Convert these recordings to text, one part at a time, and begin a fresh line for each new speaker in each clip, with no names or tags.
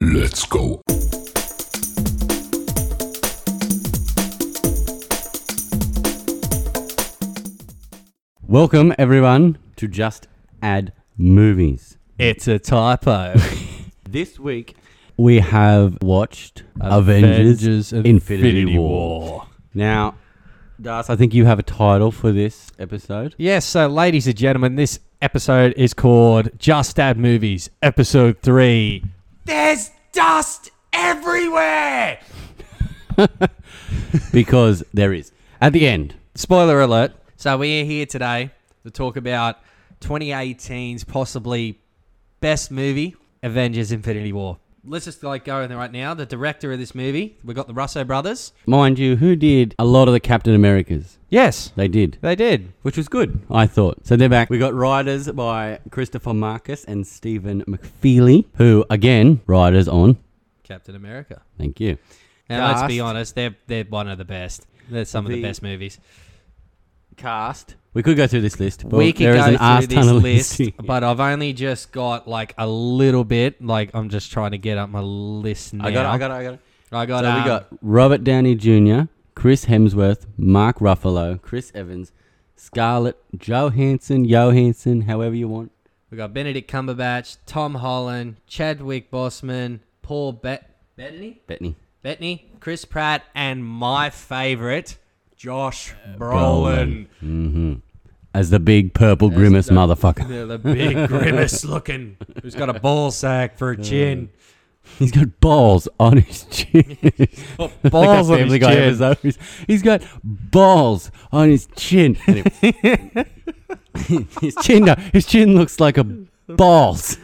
Let's go.
Welcome, everyone, to Just Add Movies.
It's a typo.
This week, we have watched Avengers, Infinity, War. Now, Das, I think you have a title for this episode.
Yes, so ladies and gentlemen, this episode is called Just Add Movies, Episode 3. There's dust everywhere!
Because there is. At the end,
Spoiler alert. So we are here today to talk about 2018's possibly best movie, Avengers Infinity War. Let's just like go in there right now. The director of this movie, we've got the Russo brothers.
mind you, who did a lot of the Captain Americas?
Yes,
They did.
they did.
Which was good, I thought. So they're back. We got writers by Christopher Marcus and Stephen McFeely, who, again, writers on.
Captain America.
Thank you.
Now let's be
Cast.
honest, they're they're one of the best. They're some of
The-
the best movies.
Cast. We could go through this list. but
we could
there is
go
an
through
arse
this
ton of
list,
lists here.
but I've only just got like a little bit. Like I'm just trying to get up my list now.
I got it. I got it. I got it.
I got.
so
um,
we got Robert Downey Jr., Chris Hemsworth, Mark Ruffalo, Chris Evans, Scarlett Johansson, Johansson, however you want.
we got Benedict Cumberbatch, Tom Holland, Chadwick Boseman, Paul Bet Bettany,
Bettany.
Bettany, Chris Pratt, and my favorite, Josh
Uh,
Brolin.
hmm As the big purple grimace
the-
motherfucker.
The, the big grimace looking, who's got a ball sack for a
Uh,
chin.
He's got balls on his chin.
Oh,
Balls on his chin. Episode. He's got balls on his chin. Anyway. his chin. no, His chin looks like a balls.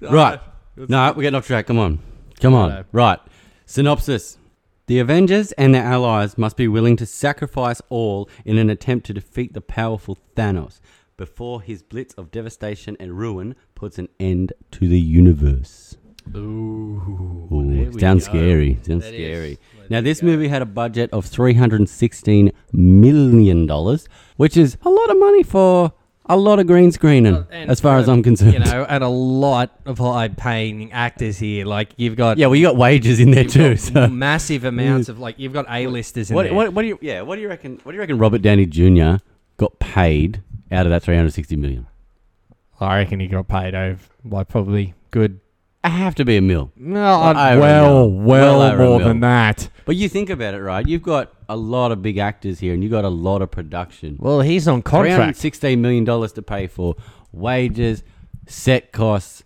right. No, we're getting off track. Come on. Come on.
Righto.
Right. Synopsis. The Avengers and their allies must be willing to sacrifice all in an attempt to defeat the powerful Thanos before his blitz of devastation and ruin puts an end to the universe.
Ooh,
Ooh,
there we
sounds
go.
scary. Sounds
That is-
scary.
there
Now,
we
this
go.
movie had a budget of $316 million, which is a lot of money for a lot of green screening,
Well, and
as far
for-
as I'm concerned.
you know, and a lot of high-paying actors here. Like you've got
yeah, well, you got wages in there
you've got
too. So.
massive amounts of like you've got A-listers in
What,
there.
what, what do you? Yeah, what do you reckon? What do you reckon? Robert Downey Jr. got paid out of that 360 million.
I reckon he got paid over by probably good.
I have to be a mil.
No,
I
well,
reckon-
well,
well, I
more
reckon.
than that.
But you think about it, right? You've got a lot of big actors here, and you got a lot of production.
Well, he's on contract.
$316 million to pay for wages, set costs,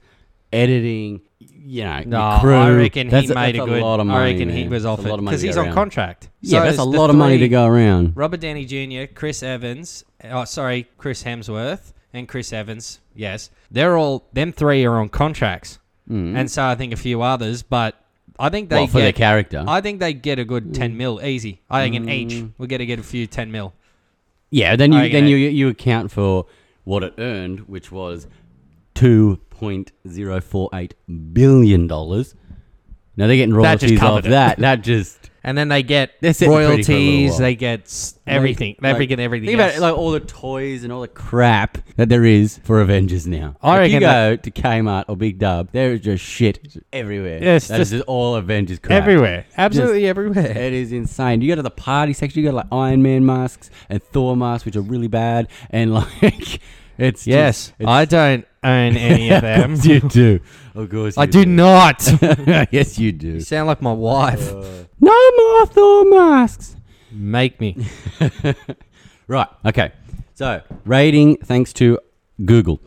editing, you know,
No,
your crew.
I reckon
That's
he made
that's
a good.
lot of money,
I reckon he
man.
was
That's a
offered
lot of money
because
to go
he's
around.
on contract.
Yeah,
So
that's a
it's the
lot of money to
three-
go around.
Robert Downey Jr., Chris Evans, oh sorry, Chris Hemsworth and Chris Evans. Yes, they're all them three are on contracts, and so I think a few others. But I think they
Mm. Well, for their
get.
character. Mm.
I think they get a good ten mil easy. I reckon each we're gonna get a few ten mil.
yeah, then you
I reckon
then
it-
you you account for what it earned, which was two point zero four eight billion dollars. Now they're getting
That just
royalties off
covered it.
that. That just
And then they get
They're sitting pretty for a little
royalties.
while.
They get s- everything.
Like-
they get everything.
Think about
else.
it, like all the toys and all the crap that there is for Avengers now.
I
if you
reckon
go to Kmart or Big Dub, there is just shit everywhere.
Yes,
that is
just
just all Avengers crap.
absolutely everywhere.
It is insane. You go to the party section, you got like Iron Man masks and Thor masks, which are really bad, and like it's just-
Yes,
it's-
I don't own any of
Of
them.
course you do. Of course,
I
you
do not.
yes, you do.
you sound like my wife.
Uh, No more Thor masks.
Make me.
Right. Okay. So rating, thanks to Google,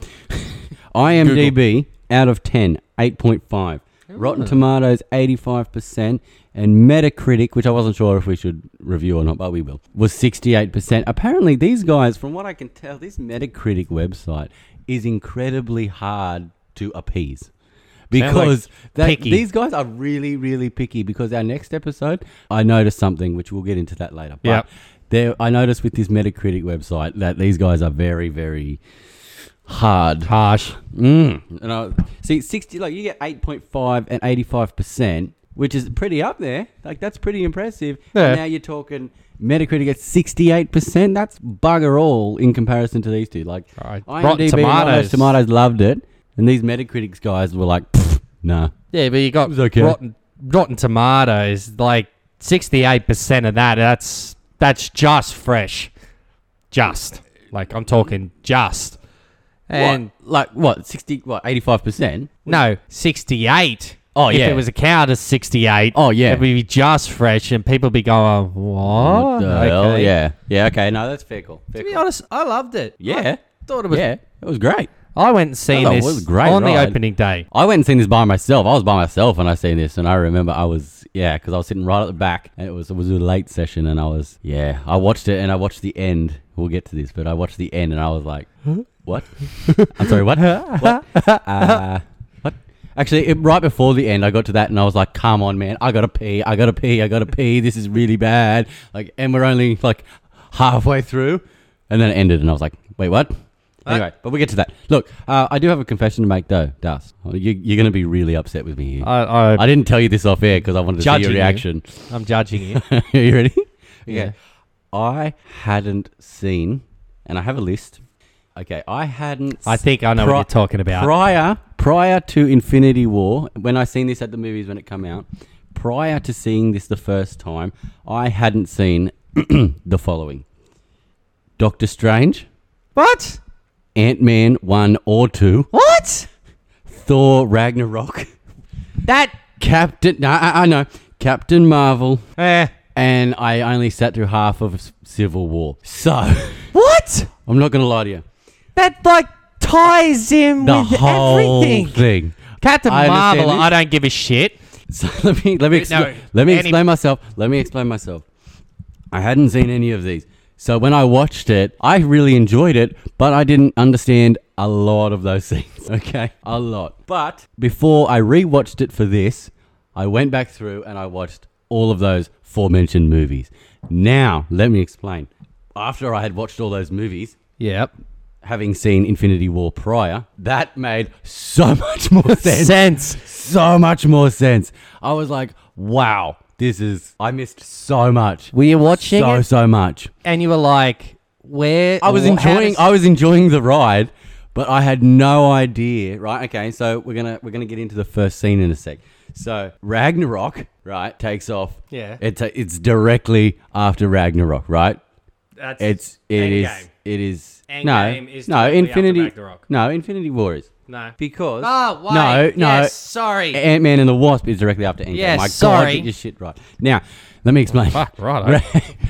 IMDb out of 10, 8.5. Rotten Tomatoes, 85%, and Metacritic, which I wasn't sure if we should review or not, but we will, was 68%. Apparently, these guys, from what I can tell, this Metacritic website is incredibly hard to appease.
Sounds like
Because that,
picky.
these guys are really, really picky. Because our next episode, I noticed something, which we'll get into that later. But
Yep.
there, I noticed with this Metacritic website that these guys are very, very hard.
Harsh.
Mm. And I, see, sixty like you get eight point five and eighty five percent, which is pretty up there. Like that's pretty impressive.
Yeah.
And now you're talking Metacritic at sixty eight percent. That's bugger all in comparison to these two. Like
All right.
IMDb
Rotten
and all those
Tomatoes.
tomatoes loved it. And these Metacritics guys were like, "Pfft, nah.
Yeah, but you got
It was okay.
rotten rotten tomatoes, like sixty eight percent of that. That's that's just fresh, just like I'm talking just, and
what? like what sixty what eighty five percent?
no sixty eight.
Oh, yeah.
if it was a cow to sixty eight,
Oh, yeah.
it'd be just fresh, and people be going, what?
What the hell? Yeah, yeah. Okay, no, that's fair call. Fair
To be
call.
honest, I loved it.
Yeah.
I thought it was.
yeah, it was great.
I went and seen
Oh, it
this
was a great
on
ride.
the opening day.
I went and seen this by myself. I was by myself when I seen this, and I remember I was yeah, because I was sitting right at the back, and it was it was a late session, and I was yeah, I watched it, and I watched the end. We'll get to this, but I watched the end, and I was like, what? I'm sorry, what? what? Uh, what? Actually, it, right before the end, I got to that, and I was like, come on, man, I gotta pee, I gotta pee, I gotta pee. This is really bad. Like, and we're only like halfway through, and then it ended, and I was like, wait, what?
Uh,
Anyway, but we get to that. Look, uh, I do have a confession to make, though, Das. You, you're going to be really upset with me here.
I, I,
I didn't tell you this off air because I wanted to see
Uh, Judging
your
you.
reaction.
I'm judging you.
Are you ready?
Yeah.
I hadn't seen, and I have a list. Okay, I hadn't.
I think I know
pri-
what you're talking about.
Prior, prior to Infinity War, when I seen this at the movies when it come out, prior to seeing this the first time, I hadn't seen the following: Doctor Strange,
what?
Ant Man one or two,
What?
Thor Ragnarok,
That?
Captain. No, I, I know Captain Marvel,
Eh.
and I only sat through half of S- Civil War. So.
What?
I'm not gonna lie to you.
That like ties in
The
with
whole
everything.
thing.
Captain
I understand
Marvel,
this.
I don't give a shit.
So let me let me expl-
No,
let me
any-
explain myself. Let me explain myself. I hadn't seen any of these, so when I watched it, I really enjoyed it, but I didn't understand a lot of those things. Okay, a lot. But before I rewatched it for this, I went back through and I watched all of those aforementioned movies. Now let me explain. After I had watched all those movies,
Yep.
having seen Infinity War prior, that made so much more sense.
Sense.
so much more sense. I was like, wow, this is. I missed so much.
Were you watching
so
it?
so much.
And you were like, where?
I was
wh- how
enjoying.
does-
I was enjoying the ride, but I had no idea. Right? Okay. So we're gonna we're gonna get into the first scene in a sec. So Ragnarok, right, takes off.
Yeah.
It's it's directly after Ragnarok, right?
That's
It's it is
Endgame.
it is
Endgame
no
is directly
no
after
Infinity
Ragnarok.
no Infinity War is
No.
because
Ah, why?
no no
Yes, sorry.
Ant Man and the Wasp is directly after Endgame.
Yes,
My God,
sorry.
get your shit right. Now, let me explain.
Fuck, righto.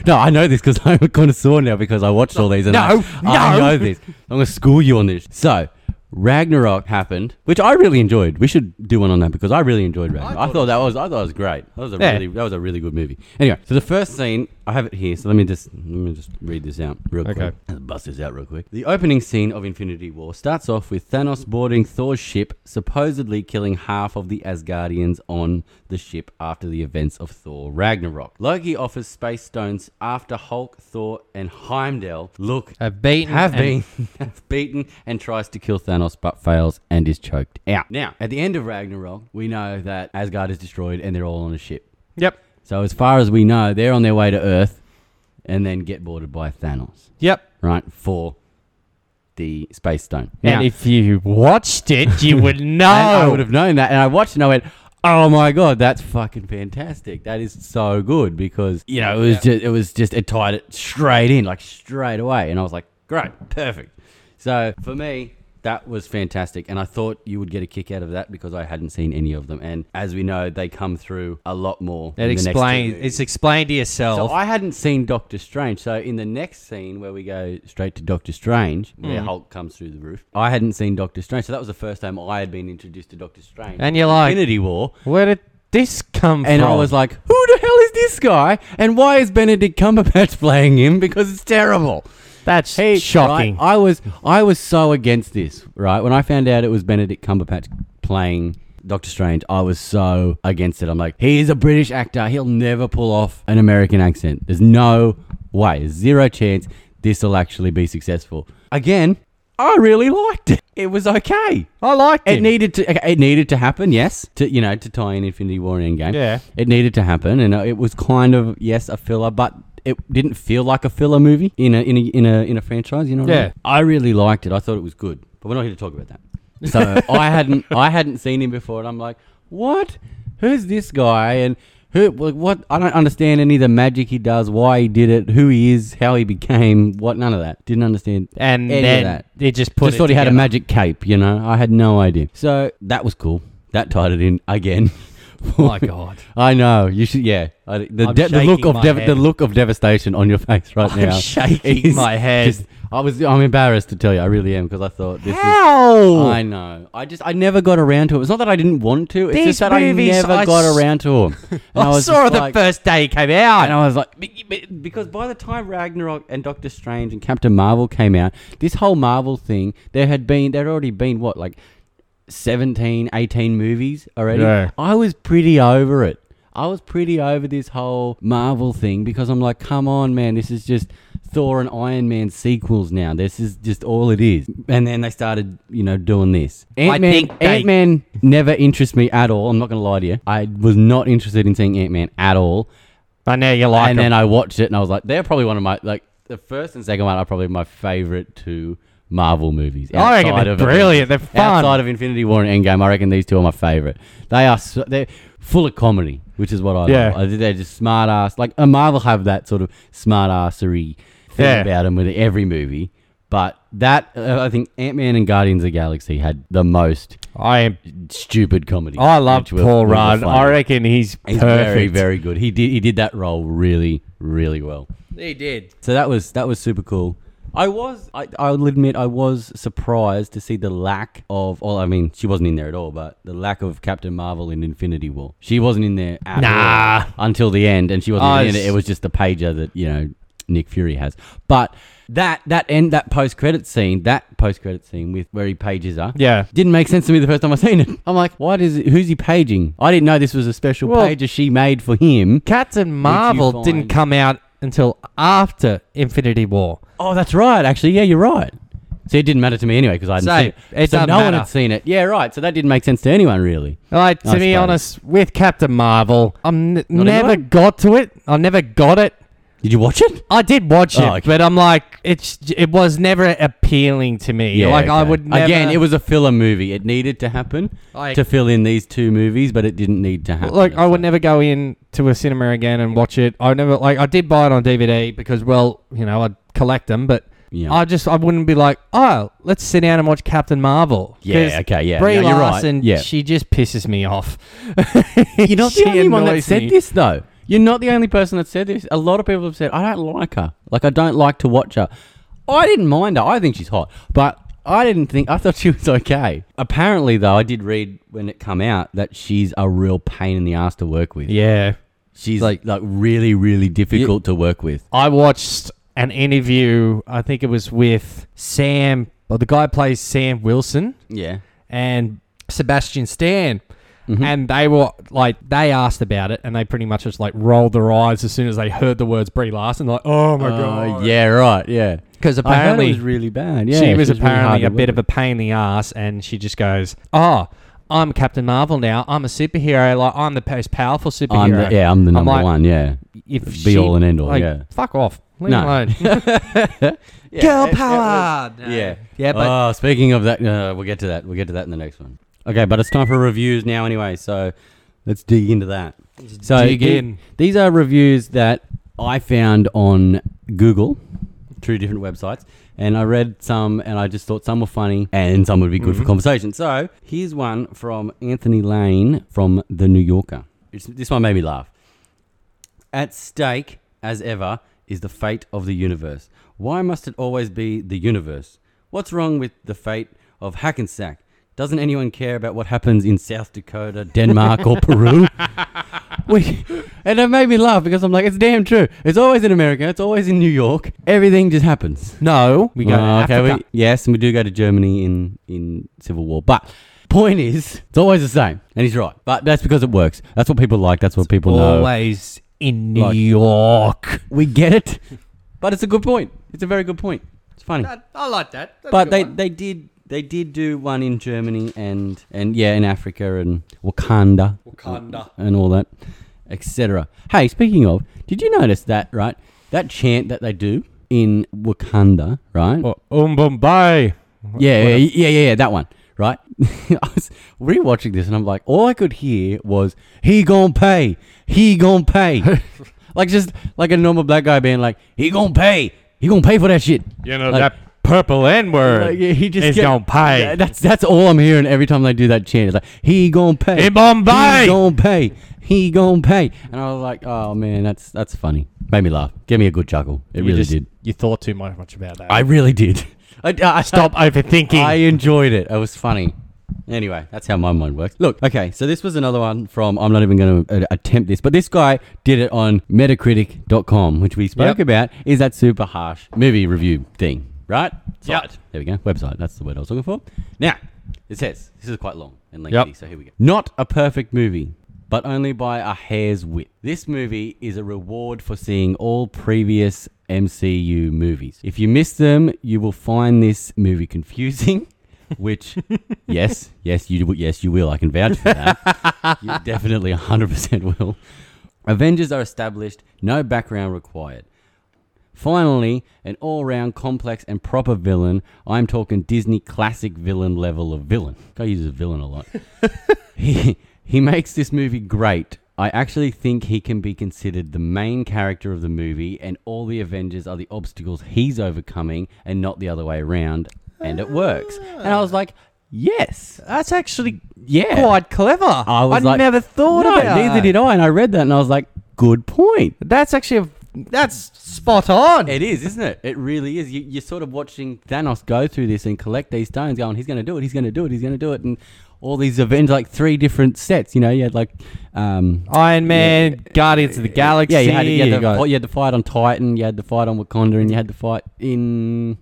no, I know this because I'm a connoisseur now because I watched all these and I,
No,
I
no.
know this. I'm going to school you on this. So, Ragnarok happened, which I really enjoyed. We should do one on that because I really enjoyed Ragnarok. I thought, that was I thought it was great. That was a
Yeah.
really that was a really good movie. Anyway, so the first scene I have it here. So let me just let me just read this out real
Okay.
quick. Let's bust this out real quick. The opening scene of Infinity War starts off with Thanos boarding Thor's ship, supposedly killing half of the Asgardians on the ship after the events of Thor Ragnarok. Loki offers space stones after Hulk, Thor, and Heimdall look
Have beaten.
have
and-
been have beaten and tries to kill Thanos but fails and is choked out. Now, at the end of Ragnarok, we know that Asgard is destroyed and they're all on a ship.
Yep.
So as far as we know, they're on their way to Earth and then get boarded by Thanos,
Yep.
right? For the space stone.
and if you watched it, you would
and I
know.
would have known that. And I watched it and I went, "Oh my god, that's fucking fantastic! That is so good!" Because you know it was just it was just it tied it straight in, like straight away. And I was like, "Great, perfect." So for me. That was fantastic, and I thought you would get a kick out of that because I hadn't seen any of them. And as we know, they come through a lot more.
That
in the next two
explains.
movies.
It's explained to yourself.
So I hadn't seen Doctor Strange. So in the next scene where we go straight to Doctor Strange, where Hulk comes through the roof, I hadn't seen Doctor Strange. So that was the first time I had been introduced to Doctor Strange.
And you're like-
Infinity War.
Where did this come
And
from?
I was like, who the hell is this guy? And why is Benedict Cumberbatch playing him? Because it's terrible.
that's shocking.
Right, I was I was so against this, right? When I found out it was Benedict Cumberbatch playing Doctor Strange, I was so against it. I'm like, he is a British actor. He'll never pull off an American accent. There's no way, zero chance this will actually be successful. Again, I really liked it. It was okay.
I liked
It needed to. okay, It needed to happen. Yes, to you know, to tie in Infinity War and Endgame.
Yeah.
it needed to happen, and uh, it was kind of yes a filler, but it didn't feel like a filler movie in a in a in a, in a franchise. You know. What I,
Yeah.
mean? I really liked it. I thought it was good, but we're not here to talk about that. So I hadn't I hadn't seen him before, and I'm like, what? Who's this guy? And who? wh- What? I don't understand any of the magic he does, why he did it, who he is, how he became, what? None of that. Didn't understand.
and
Any of
then
that.
they just put
Just
it
thought he had a
together.
magic cape. You know, I had no idea. So that was cool. That tied it in again.
My God.
I know you should. Yeah, I, the,
I'm
de- the look
shaking
of
my
dev- the
head.
look of devastation on your face right
I'm
now.
shaking
is
my head.
just- I was. I'm embarrassed to tell you. I really am because I thought this. is...
How?
I know. I just. I never got around to it. It's not that I didn't want to. It's
These
just that
movies,
I never
I
got
s-
around to them. And
I,
was
saw
just
the
like-
first day it came out.
And I was like, "Be- be- because by the time Ragnarok and Doctor Strange and Captain Marvel came out, this whole Marvel thing, there had been, there had already been what, like 17, 18 movies already?
Yeah.
I was pretty over it. I was pretty over this whole Marvel thing because I'm like, come on, man, this is just Thor and Iron Man sequels now. This is just all it is. And then they started, you know, doing this. Ant Man,
think they-
Ant Man never interests me at all. I'm not gonna lie to you. I was not interested in seeing Ant Man at all
I know you like
and
them.
then I watched it and I was like, they're probably one of my like the first and second one are probably my favorite two Marvel movies.
I reckon
outside
they're
of Avengers.
brilliant. They're fun.
Outside of Infinity War and Endgame, I reckon these two are my favorite. They are so, they're full of comedy, which is what I
Yeah.
love. I think They're just smart ass. Like a Marvel have that sort of smart assery thing
Yeah.
about them with every movie. But that uh, I think Ant Man and Guardians of the Galaxy had the most
I
stupid comedy.
I love
which were-
Paul
which were
Rudd.
funny.
I reckon he's,
He's
perfect.
very, very good. He did he did that role really, really well.
He did.
So that was that was super cool. I was I I'll admit I was surprised to see the lack of well I mean she wasn't in there at all but the lack of Captain Marvel in Infinity War she wasn't in there at
Nah.
all until the end and she wasn't
I
in it
s-
it was just the pager that you know Nick Fury has but that that end that post credit scene that post credit scene with where he pages her
Yeah.
didn't make sense to me the first time I seen it I'm like why does it, who's he paging I didn't know this was a special
Well-
pager she made for him
Captain Marvel
find-
didn't come out until after Infinity War.
Oh, that's right. Actually, yeah, you're right. So it didn't matter to me anyway because I hadn't
Same.
seen it.
It
so no
doesn't
one had
matter.
seen it. Yeah, right. So that didn't make sense to anyone really.
Like to
I
be
suppose.
honest, with Captain Marvel, I'm n-
Not
never
anyone?
got to it. I never got it.
Did you watch it?
I did watch it,
Oh, okay.
but I'm like, it's it was never appealing to me. like I
okay.
would never,
again. It was a filler movie. It needed to happen
Like-
to fill in these two movies, but it didn't need to happen.
like I would
So-
never go in to a cinema again and watch it. I never like I did buy it on DVD because well, you know, I'd collect them, but
Yeah.
I just I wouldn't be like, oh, let's sit down and watch Captain Marvel. 'Cause
Yeah, okay, yeah.
Brie
No, you're right.
Larson,
Yeah.
she just pisses me off.
You're not the
She
only one that
annoys
said
me.
this though. You're not the only person that said this. A lot of people have said, "I don't like her. Like I don't like to watch her." I didn't mind her. I think she's hot, but I didn't think. I thought she was okay. Apparently, though, I did read when it come out that she's a real pain in the ass to work with.
Yeah.
She's like like really really difficult to work with.
I watched an interview, I think it was with Sam, well, the guy plays Sam Wilson
Yeah.
and Sebastian Stan.
Mm-hmm.
And they were like, they asked about it, and they pretty much just like rolled their eyes as soon as they heard the words Brie Larson. Like, oh my god,
Uh, yeah. Right. Yeah.
because
I heard it
apparently
was really bad. Yeah.
she was
really hard
apparently
to
a
work
bit of
with.
a pain in the ass, and she just goes, "Oh, I'm Captain Marvel now. I'm a superhero. Like I'm the most powerful superhero.
I'm the, yeah. I'm the number
like,
one. Yeah.
If
Be
she-
all and end all,
like,
yeah.
fuck off. Leave
No.
me alone.
Yeah,
Girl
it- it was-
power. No.
Yeah.
Yeah, but-
oh, speaking of that, uh, we'll get to that. We'll get to that in the next one. Okay, but it's time for reviews now anyway, so let's dig into that. So
dig
the-
in.
these are reviews that I found on Google through different websites, and I read some, and I just thought some were funny and some would be good for conversation. So here's one from Anthony Lane from The New Yorker. It's, this one made me laugh. At stake, as ever, is the fate of the universe. Why must it always be the universe? What's wrong with the fate of Hackensack? Doesn't anyone care about what happens in South Dakota, Denmark, or Peru? We, and it made me laugh because I'm like, it's damn true. It's always in America. It's always in New York. Everything just happens.
No, we go. to
Well, Oh, Ah, okay,
Africa.
we, yes, and we do go to Germany in in civil war. But point is, it's always the same, and he's right. But that's because it works. That's what people like. That's what people know.
always in New
Like-
York.
We get it, but it's a good point. It's a very good point. It's funny.
That- I like that. That's a
but
good
they,
one.
they did they did do one in Germany and and yeah in Africa and Wakanda,
Wakanda.
and all that, etc. Hey, speaking of, did you notice that right? That chant that they do in Wakanda, right?
Um, Bombay.
Oh, yeah, yeah, yeah, yeah, yeah, that one. right? I was rewatching this and I'm like, all I could hear was, he gonna pay, he gonna pay. like just like a normal black guy being like, he gonna pay, he gonna pay for that shit.
You know,
Like-
that purple N word.
Like, he just
is
get-
gonna pay.
Yeah, that's that's all I'm hearing every time they do that chant. It's like he gonna pay.
He gonna pay."
He gonna pay. He gonna pay. And I was like, oh man, that's that's funny. Made me laugh. Gave me a good chuckle. It
You
really
just-
did.
You thought too much about that.
I really did. I, I
Stop overthinking.
I enjoyed it. It was funny. Anyway, that's how my mind works. Look, okay, so this was another one from I'm not even going to uh, attempt this, but this guy did it on Metacritic.com, which we spoke
Yep.
about. Is that super harsh movie review thing, right?
Yep.
Site. There we go. Website. That's the word I was looking for. Now, it says this is quite long and lengthy,
Yep.
so here we go. Not a perfect movie, but only by a hair's width. This movie is a reward for seeing all previous MCU movies. If you miss them, you will find this movie confusing. Which, yes, yes, you yes you will. I can vouch for that. you definitely 100% will. Avengers are established, no background required. Finally, an all round complex and proper villain. I'm talking Disney classic villain level of villain. Guy uses villain a lot. he, he makes this movie great. I actually think he can be considered the main character of the movie, and all the Avengers are the obstacles he's overcoming and not the other way around. And it works. And I was like, yes.
That's actually
Yeah.
quite clever. I
was like-
never thought
no,
about
neither
that.
did I. And I read that and I was like, good point.
That's actually a, that's spot on.
It is, isn't it? It really is. You, you're sort of watching Thanos go through this and collect these stones, going, he's going to do it, he's going to do it, he's going to do it. And all these events, like three different sets, you know, you had like. Um,
Iron Man, Guardians of the Galaxy.
yeah, you had, you, had the,
got-
fi- you had the fight on Titan, you had the fight on Wakanda, and you had the fight in.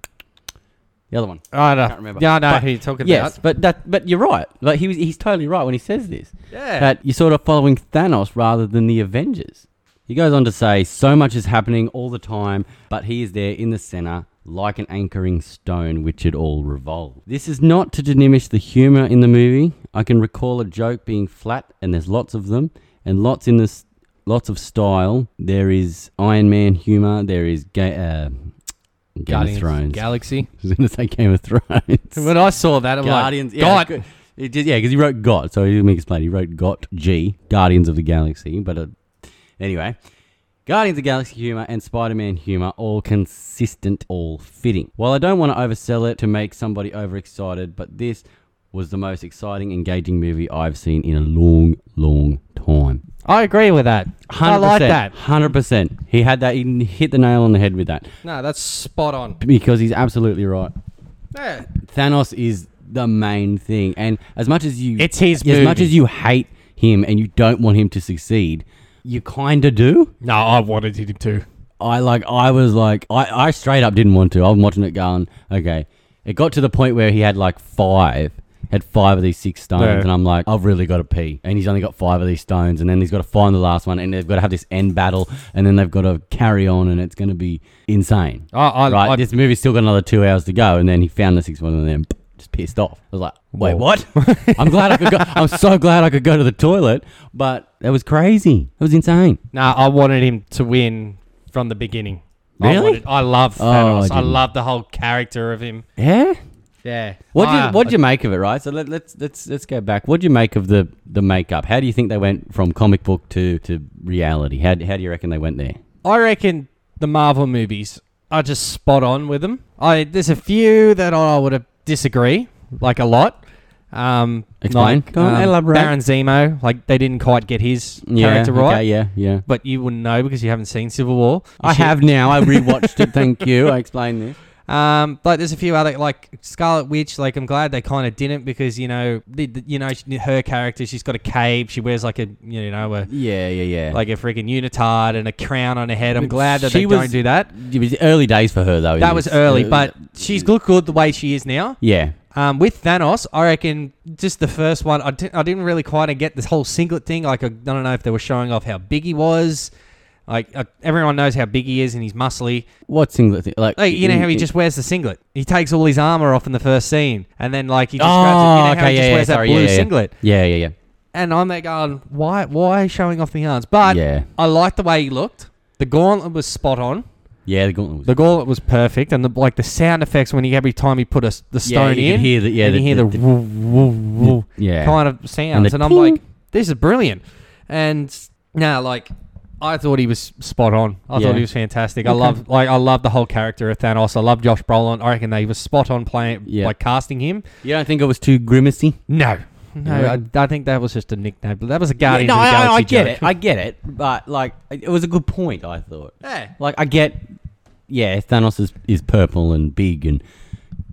The other one.
I don't
can't remember.
Yeah, I know
But-
who you're talking
Yes,
about.
but that, but you're right. Like he was, he's totally right when he says this.
Yeah.
That you're sort of following Thanos rather than the Avengers. He goes on to say, so much is happening all the time, but he is there in the center, like an anchoring stone which it all revolves. This is not to diminish the humor in the movie. I can recall a joke being flat, and there's lots of them, and lots in this, lots of style. There is Iron Man humor. There is ga- uh, Game
Guardians
of Thrones.
Galaxy.
I was going to say Game of Thrones.
When I saw that, I'm
Guardians.
like,
yeah,
God,
good. It did, yeah, because he wrote "got," so let me explain. He wrote "got G," Guardians of the Galaxy. But uh, anyway, Guardians of the Galaxy humor and Spider-Man humor, all consistent, all fitting. While I don't want to oversell it to make somebody overexcited, but this was the most exciting, engaging movie I've seen in a long, long time.
I agree with that. I like that.
Hundred percent. He had that. He hit the nail on the head with that
no, that's spot on.
because he's absolutely right.
Yeah.
Thanos is the main thing, and as much as you,
It's his
as much
movie.
as you hate him and you don't want him to succeed, you kind of do.
No, I wanted him to.
I like, I was like, I, I straight up didn't want to. I'm watching it going, okay. It got to the point where he had like five, had five of these six stones,
Yeah.
and I'm like, I've really got to pee. And he's only got five of these stones, and then he's got to find the last one, and they've got to have this end battle, and then they've got to carry on, and it's going to be insane.
I, I,
right,
I,
this movie's still got another two hours to go, and then he found the sixth one, and then just pissed off. I was like, "Wait,
Whoa.
what?" I'm glad I could. Go, I'm so glad I could go to the toilet, but that was crazy. That was insane.
no, I wanted him to win from the beginning.
Really?
I, wanted, I love
Oh,
Thanos.
I
I,
didn't.
love the whole character of him.
Yeah. Ah.
Yeah.
What
I-
you what you make of it, right? So let, let's let's let's go back. What do you make of the the makeup? How do you think they went from comic book to to reality? How how do you reckon they went there?
I reckon the Marvel movies are just spot on with them. I there's a few that I would disagree, like a lot. Um,
Explain.
Like,
Go on,
um,
elaborate.
Baron Zemo, like they didn't quite get his character
okay,
right,
yeah, yeah.
but you wouldn't know because you haven't seen Civil War. You
I
should-
have now. I rewatched it. Thank you. I explained this.
Um, but there's a few other like Scarlet Witch. Like I'm glad they kind of didn't because you know, the, the- you know, she- her character. She's got a cape. She wears like a you know a
Yeah, yeah, yeah.
like a freaking unitard and a crown on her head. I'm
But
glad that
she
they
was-
don't do that.
it was early days for her though.
That
in
was
this.
early,
Uh,
but she's looked good the way she is now.
yeah,
Um, with Thanos, I reckon just the first one, I, di- I didn't really quite get this whole singlet thing. Like, I don't know if they were showing off how big he was. Like, uh, everyone knows how big he is and he's muscly.
What singlet? Thing? Like,
Like, you know
in-
how he
in-
just wears the singlet. He takes all his armor off in the first scene, and then like he just grabs it. You
Oh,
know how
okay,
he
yeah,
just
yeah,
wears
sorry,
that blue
yeah, yeah.
singlet.
Yeah, yeah, yeah.
And I'm there going, why, why showing off the arms? But
yeah,
I like the way he looked. The gauntlet was spot on.
Yeah, the gauntlet was.
The gauntlet was perfect, and the like the sound effects when he every time he put a, s-
yeah,
the stone
you
in,
could hear the yeah,
and
the,
you hear the,
the-
woo, woo, woo
yeah.
kind of sounds, and, I'm
ting.
like, this is brilliant. And now, like, I thought he was spot on. I
Yeah.
thought he was fantastic. I
Okay.
love, like, I love the whole character of Thanos. I love Josh Brolin. I reckon they were spot on playing,
Yeah.
like, casting him.
You don't think it was too grimacy?
No, no,
Yeah.
I, I think that was just a nickname. But that was a Guardians
no,
of the
I, I-
Galaxy
I get
joke.
it. I get it. But like, it it was a good point. I thought.
Yeah.
Like, I get. Yeah, Thanos is, is purple and big and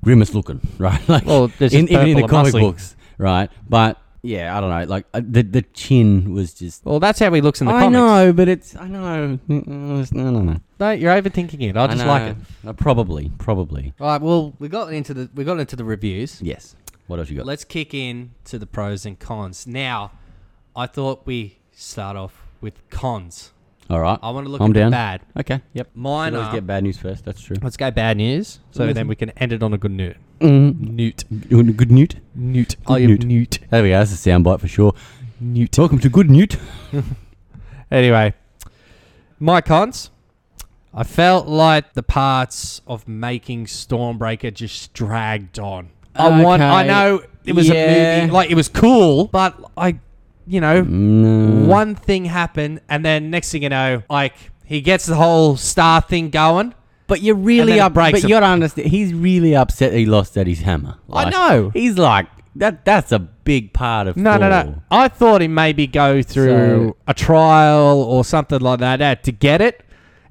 grimace looking, right? Like,
Well, there's
in,
just
even in
purple
the
and
comic
muscly.
books, right? But yeah, I don't know. Like, uh, the the chin was just.
Well, that's how he looks in the
I
comics.
know, but it's. I know. Mm, it's- No, no, no.
No, you're overthinking it. I just like it.
Uh, probably, probably.
All right. Well, we got into the we got into the reviews.
Yes. What else you got?
Let's kick in to the pros and cons. Now, I thought we start off with cons.
All right.
I want to look
I'm
at
down.
the bad.
Okay. Yep.
Mine
Should always
are-
get bad news first. That's true.
Let's go bad news, so then we can end it on a good note. Mm. Oh,
Newt. Good Newt.
Newt.
I am Newt. There we go. That's a soundbite for sure.
Newt.
Welcome to Good Newt.
Anyway, my cons. I felt like the parts of making Stormbreaker just dragged on. I want. I
Okay.
know it was a
Yeah.
movie. Like it was cool, but I, you know,
No.
one thing happened, and then next thing you know, like he gets the whole star thing going.
But you're
And then
really
it
up.
breaks
But
him.
you don't understand. He's really upset that he lost Eddie's hammer.
I
Like,
know.
He's like that. That's a big part of.
No, no, no.
Thor.
I thought he maybe go through
So-
a trial or something like that uh, to get it.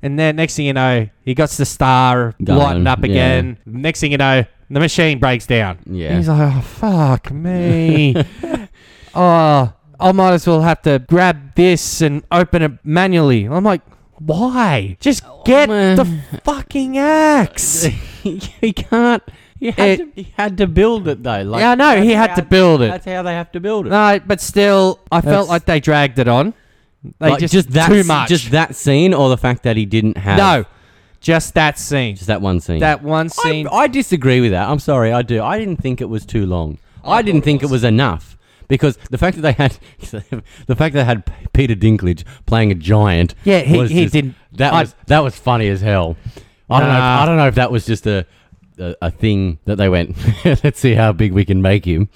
And then next thing you know, he gets the star
Gone,
lightened up
yeah.
again. Next thing you know, the machine breaks down.
Yeah.
He's like, oh, fuck me. oh, I might as well have to grab this and open it manually. I'm like, why? Just get
Oh, man.
the fucking axe.
he can't. He had,
It-
to, he had to build it though. Like,
yeah, I know. He
that's
had
how-
to build it.
That's how they have to build it.
No, but still, I
That's-
felt like they dragged it on. They
Like,
just,
that
too
s-
much.
Just that scene, or the fact that he didn't have.
no, just that scene.
Just that one scene.
that one
I-
scene.
I, disagree with that. I'm sorry, I do. I didn't think it was too long. I, didn't think it was enough because the fact that they had the fact that they had P- Peter Dinklage playing a giant.
Yeah, he-
was
he
just-
didn't-
That
I-
was that was funny as hell. I don't know. If,
Nah.
I don't know if that was just a a, a thing that they went. Let's see how big we can make him,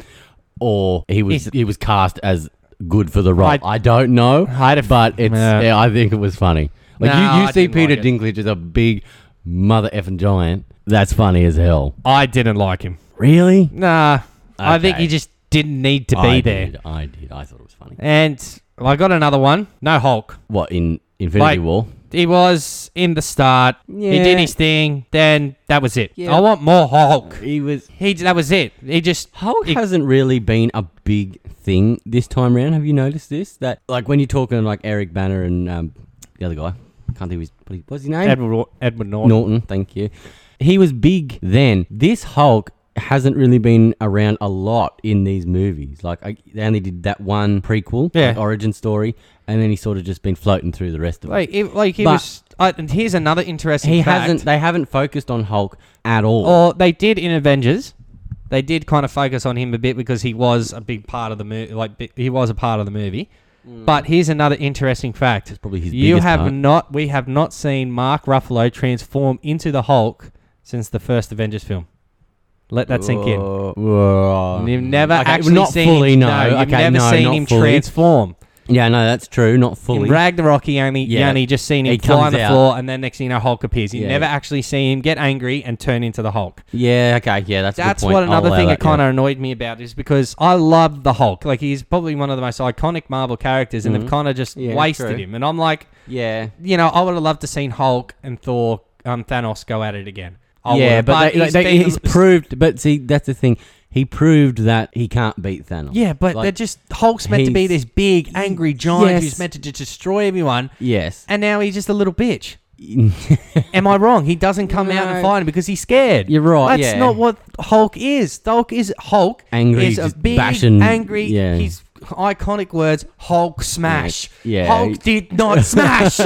or he was
He's-
he was cast as good for the role.
I-
I, don't know,
I'd have-
but it's
Yeah.
yeah. I think it was funny. Like
Nah,
you,
I
you see
didn't like
Peter
it.
Dinklage as a big mother effing giant. That's funny as hell.
I didn't like him.
Really?
Nah, I think
Okay.
he just didn't need to be
I
there.
Did, I did. I thought it was funny.
And I got another one. No Hulk.
What in Infinity
Like-
War?
He was in the start. He
Yeah.
did his thing. Then that was it.
Yeah.
I want more Hulk.
He was.
He that was it. He just
Hulk
It-
hasn't really been a big thing this time round. Have you noticed this? That like when you're talking like Eric Banner and um, the other guy, can't think of his what was his name?
Edward Edward Norton.
Norton, thank you. He was big then. This Hulk hasn't really been around a lot in these movies. Like I, they only did that one prequel,
Yeah.
like, origin story, and then he's sort of just been floating through the rest of
Like,
it.
it, like he
But-
was. I and here's another interesting.
He
fact. Oh,
hasn't. They haven't focused on Hulk at all.
Or they did in Avengers. They did kind of focus on him a bit because he was a big part of the movie. Like bi- he was a part of the movie.
Hmm.
But here's another interesting fact. It's
probably his
you
biggest
have
part.
not. We have not seen Mark Ruffalo transform into the Hulk since the first Avengers film. Let that sink in.
in.
You've never
okay,
actually
not
seen
fully.
him.
No,
you've
okay,
never
no,
seen
not
him
fully.
transform.
yeah, no, that's true. Not fully.
In Ragnarok, he only, you
Yeah.
only just seen him
He
fly on
comes
the
out.
floor, and then next thing you know, Hulk appears. You
Yeah,
never
yeah.
actually see him get angry and turn into the Hulk.
yeah, okay, yeah, that's. a good
That's
point.
what
I'll
another
allow
thing that
that,
kind
yeah.
of annoyed me about is because I love the Hulk. Like he's probably one of the most iconic Marvel characters, and
Mm-hmm.
they've kind of just
Yeah,
wasted
true.
him. And I'm like,
Yeah.
you know, I would have loved to seen Hulk and Thor, um, Thanos go at it again. I
yeah,
would've,
but, they,
he's
they- they-
been-
he's proved. But see, that's the thing. He proved that he can't beat Thanos.
Yeah, but
Like,
they're just Hulk's meant to be
he's-
this big angry giant
Yes.
who's meant to just destroy everyone,
yes.
and now he's just a little bitch. Am I wrong? He doesn't come out and
No.
fight him because he's scared.
You're right,
That's
yeah.
not what Hulk is. Hulk is Hulk.
Angry,
Is a
just
big
bashing-
angry.
yeah.
His iconic words: Hulk smash.
Yeah.
Hulk did not smash.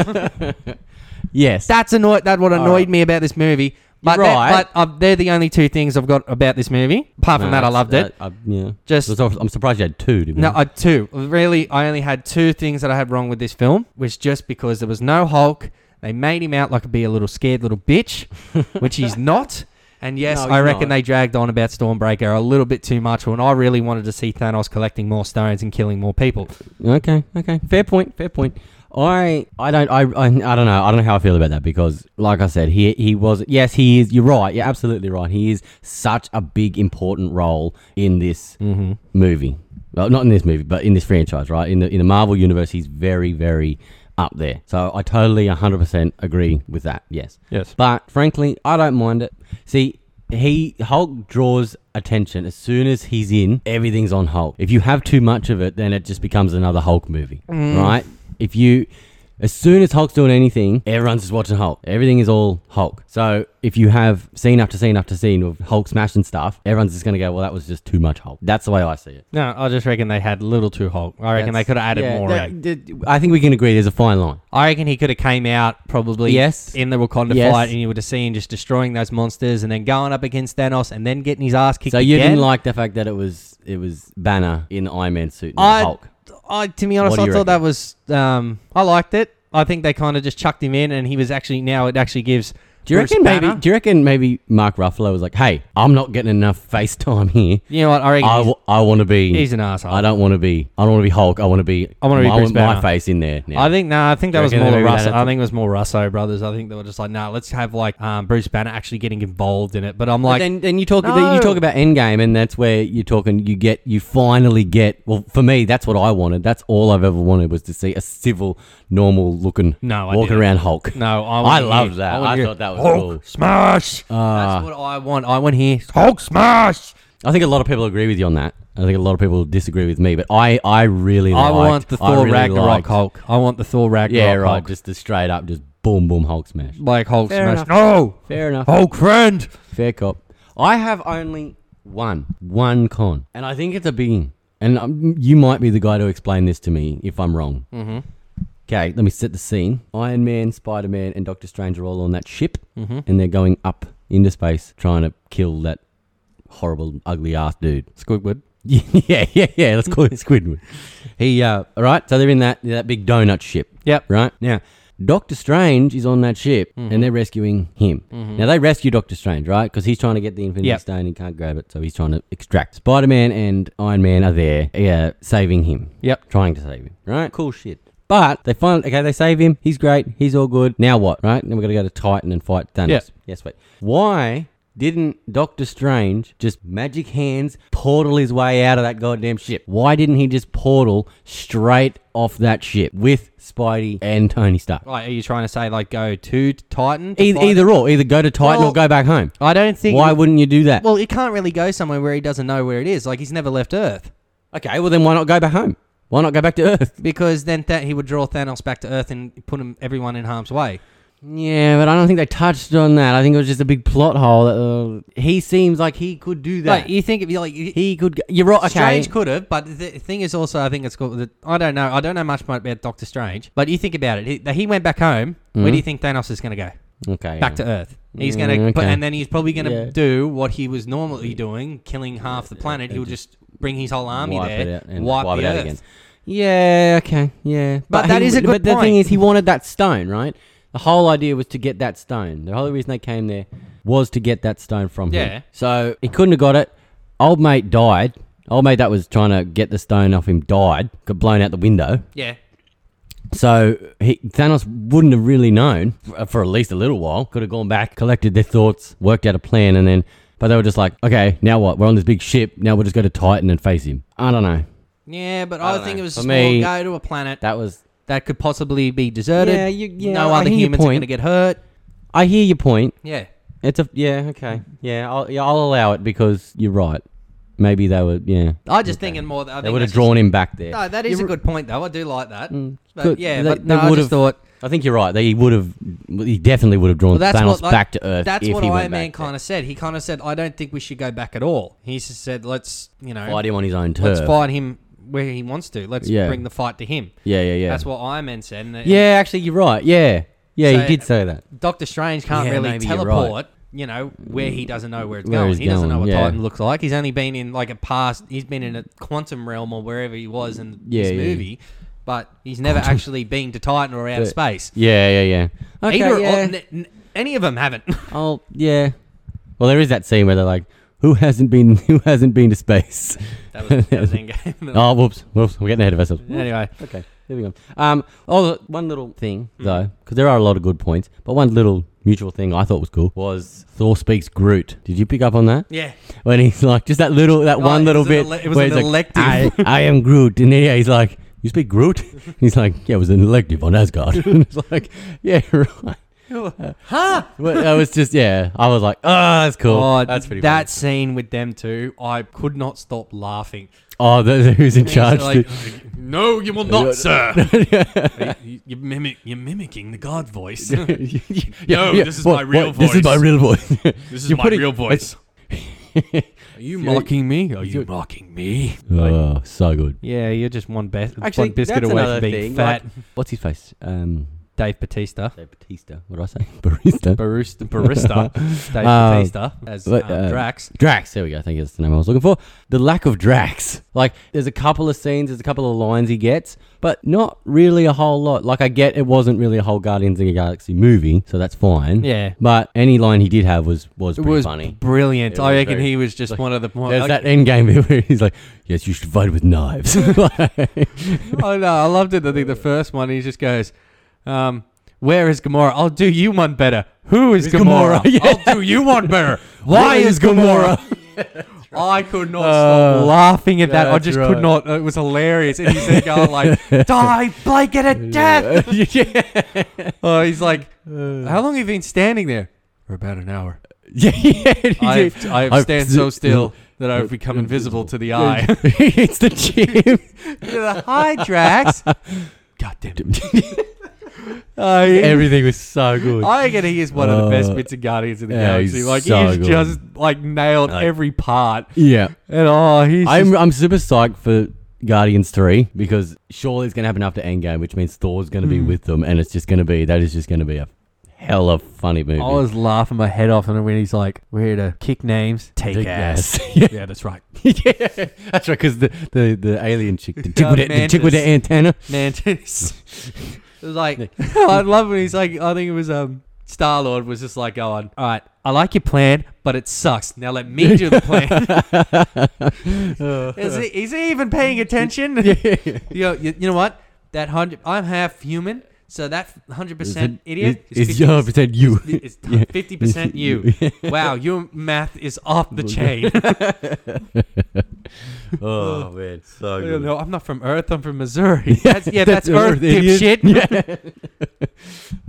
yes.
That's annoyed. That what annoyed me about this movie. But
You're
that-
right.
but uh, they're the only two things I've got about this movie. Apart
No,
from that, I
that's-
loved it.
that- I- yeah.
Just-
Was- I'm surprised you had two. To be
No,
honest.
I, two. Really, I only had two things that I had wrong with this film, was just because there was no Hulk, They made him out like be a little scared little bitch, which he's not. And yes,
No, he's
I reckon
not.
they dragged on about Stormbreaker a little bit too much when I really wanted to see Thanos collecting more stones and killing more people.
Okay, okay. Fair point. Fair point. I I don't I, I I don't know. I don't know how I feel about that because like I said, he he was yes, he is you're right. You're absolutely right. He is such a big important role in this movie. Well, not in this movie, but in this franchise, right? In the in the Marvel universe, he's very very up there. So I totally 100% agree with that. Yes.
Yes.
But frankly, I don't mind it. See, he Hulk draws attention as soon as he's in. Everything's on Hulk. If you have too much of it, then it just becomes another Hulk movie, right? If you as soon as Hulk's doing anything, everyone's just watching Hulk. Everything is all Hulk. So if you have scene after scene after scene of Hulk smashing stuff, everyone's just gonna go, "Well, that was just too much Hulk." That's the way I see it.
No, I just reckon they had little too Hulk. I reckon they
That's-
could have added
yeah,
more. eh?
that-
in.
that- I think we can agree. There's a fine line.
I reckon he could have came out probably
Yes.
in the Wakanda
Yes.
fight, and you would have seen just destroying those monsters, and then going up against Thanos, and then getting his ass kicked.
So you
again.
didn't like the fact that it was it was Banner in the Iron Man suit, not
I,
Hulk.
I, to be honest,
What do
I thought
you
that was. Um, I liked it. I think they kind of just chucked him in, and he was actually now it actually gives.
Do you
Bruce
reckon maybe?
Banner-
Do you reckon maybe Mark Ruffalo was like, "Hey, I'm not getting enough face time here.
You know what? I reckon
I,
he's-
w- I want to be.
he's an asshole.
I don't want to be. I don't want to be Hulk. I want to be.
I wanna be Bruce
want my
Banner.
face in there. Now.
I think no, I think that
You
was
reckon
more the
maybe they
Russo.
had
I
to-
think it was more Russo brothers. I think they were just like, no, nah, let's have like um, Bruce Banner actually getting involved in it. But I'm
But
like,
then, then you talk. then you
No.
talk about Endgame, and that's where you're talking. You get. You finally get. Well, for me, that's what I wanted. That's all I've ever wanted was to see a civil, normal looking,
No, I
walk
didn't.
around Hulk.
no, I,
I
wanna
loved
hear-
that.
wanna
I
hear,
thought that was
Hulk
cool.
smash. That's what I want. I want here Hulk smash.
I think a lot of people agree with you on that. I think a lot of people disagree with me, but I, I really
I
liked,
want the Thor
I really
Ragnarok
liked-
Hulk. I want the Thor Ragnarok
Yeah, right.
Hulk.
Just the straight up, just boom, boom, Hulk smash. Oh.
like Hulk
Fair
smash. No,
Fair enough.
Hulk friend.
Fair cop. I have only one, one con, and I think it's a big. And um, you might be the guy to explain this to me if I'm wrong. Mm-hmm. Okay, let me set the scene. Iron Man, Spider Man, and Doctor Strange are all on that ship, and they're going up into space trying to kill that horrible, ugly ass dude.
Squidward.
yeah, yeah, yeah. Let's call it Squidward. He, uh, all right. So they're in that that big donut ship.
Yep. Mm-hmm.
Right now, Doctor Strange is on that ship, and they're rescuing him. Now they rescue Doctor Strange, right? Because he's trying to get the Infinity
Yep.
Stone and can't grab it, so he's trying to extract. Spider Man and Iron Man are there, yeah, saving him.
Yep.
Trying to save him. Right. Cool shit. But they find okay, they save him. He's great. He's all good. Now what? Right. Now we're gonna go to Titan and fight Thanos.
Yep.
Yes, wait. Why didn't Doctor Strange just magic hands portal his way out of that goddamn ship? Why didn't he just portal straight off that ship with Spidey and Tony Stark?
Like, are you trying to say like go to Titan? to
Either,
fight
either or, either go to Titan
Well,
or go back home.
I don't think.
Why wouldn't you do that?
Well, he can't really go somewhere where he doesn't know where it is. Like he's never left Earth
okay, well then why not go back home? Why not go back to Earth?
because then that he would draw Thanos back to Earth and put him, everyone in harm's way.
Yeah, but I don't think they touched on that. I think it was just a big plot hole. That, uh, he seems like he could do that.
Like you think if you like he,
he could. go- You're right. Okay.
Strange could have, but the thing is also I think it's called. I don't know. I don't know much about Doctor Strange, but you think about it. He, that he went back home. Where do
Mm.
you think Thanos is going to go?
okay.
Back to Earth. He's
Yeah,
going to,
Mm, okay.
and then he's probably going to
Yeah.
do what he was normally doing, killing half the planet. He'll just bring his whole army
wipe
there,
it out and
wipe,
wipe,
the
it out
Earth.
again. Yeah, okay, yeah.
But that
he-
is a good
But the thing
point.
is, he wanted that stone, right? The whole idea was to get that stone. The whole reason they came there was to get that stone from
Yeah.
him. So he couldn't have got it. Old mate died. Old mate that was trying to get the stone off him died. Got blown out the window.
Yeah,
So he, Thanos wouldn't have really known for, for at least a little while. Could have gone back, collected their thoughts, worked out a plan, and then. But they were just like, okay, now what? We're on this big ship. Now we'll just go to Titan and face him. I don't know.
yeah, but
I
I,
don't
think
know.
it was
For
just
me,
more go to a planet that,
That was
could possibly be deserted.
Yeah, you- yeah,
no
I
other
hear your
humans are going to
point.
get hurt.
I hear your point.
Yeah,
It's a yeah, okay, yeah. I'll yeah, I'll allow it because you're right. Maybe they were yeah.
I just thinking more. That, I
They
think
would have
that's just-
drawn him back there.
No, that is a good point though. I do like that. but
Good.
yeah,
Mm. They-
but
they
no, I
would've-
just thought
I think you're right. They would have. He definitely would have drawn
well, that's
Thanos
what like,
back to Earth.
That's
if
what
he
Iron
went
Man
back there.
kind of said. He kind of said, "I don't think we should go back at all." He just said, "Let's you know,
Fight him on his own turf.
let's fight him where he wants to. Let's
Yeah.
bring the fight to him."
Yeah, yeah, yeah.
That's what Iron Man said. And
yeah, actually, you're right. Yeah, yeah.
So-
he did say that.
Doctor Strange can't
Yeah,
really
maybe you're right.
teleport. You know where he doesn't know where it's
Where
going.
he's
He doesn't know
going,
what
yeah.
Titan looks like. He's only been in like a past. He's been in a quantum realm or wherever he was in
Yeah,
this
yeah.
movie. but he's never actually been to Titan or out of
The-
space.
Yeah, yeah, yeah. Okay,
Either
yeah.
or, n- n- any of them haven't.
Oh yeah. Well, there is that scene where they're like, "Who hasn't been? Who hasn't been to space?"
that was, that was in game.
Oh, whoops, whoops. We're getting ahead of ourselves.
Anyway,
Okay, moving on. Um, oh, one little thing
Mm.
though, because there are a lot of good points, but one little mutual thing I thought was cool was Thor speaks Groot. Did you pick up on that?
yeah,
When he's like, just that little, that
Oh,
one
it
little
was an
bit.
ele- it was
where
an
he's like,
elective.
I, I am Groot, and yeah, he's like, you speak Groot. he's like, yeah, it was an elective on Asgard. and it's like, yeah, right.
huh?
But that was just, yeah. I was like, oh, that's cool.
God,
that's pretty.
that scene with them two, I could not stop laughing.
funny. Oh, the, who's in charge?
Like, no, you will not, sir.
Yeah.
you, you mimic, you're mimicking the god voice.
no,
this is my real
This is my
voice.
real voice.
This is
You're
my
putting-
real voice. Are you mocking me? Are you
you're-
mocking me?
oh, so good.
Yeah, you're just one, bas- one biscuit away from being fat.
what's his face? Um,
Dave Batista.
Batista. What did I say? Barista.
Barista, barista Dave
Um,
Batista as
but,
um,
uh,
Drax.
Drax. There we go. I think that's the name I was looking for. The lack of Drax. Like, there's a couple of scenes, there's a couple of lines he gets, but not really a whole lot. Like, I get it wasn't really a whole Guardians of the Galaxy movie, so that's fine.
Yeah.
But any line he did have was was
It
pretty
was Oh,
funny.
brilliant.
It
I
was
reckon
very-
he was just
like,
one of the more.
There's that end game bit where he's like, "Yes, you should fight with knives."
oh no, I loved it. I think the first one, he just goes, um, "Where is Gamora? I'll do you one better. Who is
Who's
Gamora?
Gamora? Yeah.
I'll do you one better. Why is Gamora?" I could not stop
Uh,
laughing at that. I
that's
just
right.
could not. It was hilarious. And he's there going like, "Die, Blake, get a death."
yeah.
Oh, he's like, "How long have you been standing there?" For about an hour.
Yeah, yeah.
I've, I've,
I've
stand
zi-
so still that I've become invisible to the eye.
it's the gym.
the high Drax. God damn it. Uh,
Oh, yeah. Everything was so good.
I reckon he is one of the best
Uh,
bits of Guardians of the
yeah, he's
Galaxy. Like
so
he's
good.
just like nailed
Like-
every part.
yeah,
And oh, he's
I'm
just-
I'm super psyched for Guardians three because surely it's gonna happen after Endgame, which means Thor's gonna
Hmm.
be with them, and it's just gonna be that is just gonna be a hell of a funny movie.
I was laughing my head off, and then when he's like, "We're here to kick names, take,
Kick
ass."
ass. Yeah.
yeah, that's right.
yeah, that's right. Because the, the, the alien chick, the chick,
Uh,
with the, the chick with the
Mantis.
antenna.
Mantis. it was like I love when he's like I think it was um Star Lord was just like going, All right, I like your plan, but it sucks. Now let me do the plan. is, he, is he even paying attention? you, know, you, you know what? That hundred I'm half human, so that hundred percent idiot
Is
is
your percent you?
it's fifty percent you. wow, your math is off the chain.
Oh man, so
no, no, I'm not from Earth. I'm from Missouri. That's, yeah, that's,
that's
Earth,
Earth, idiot.
dipshit.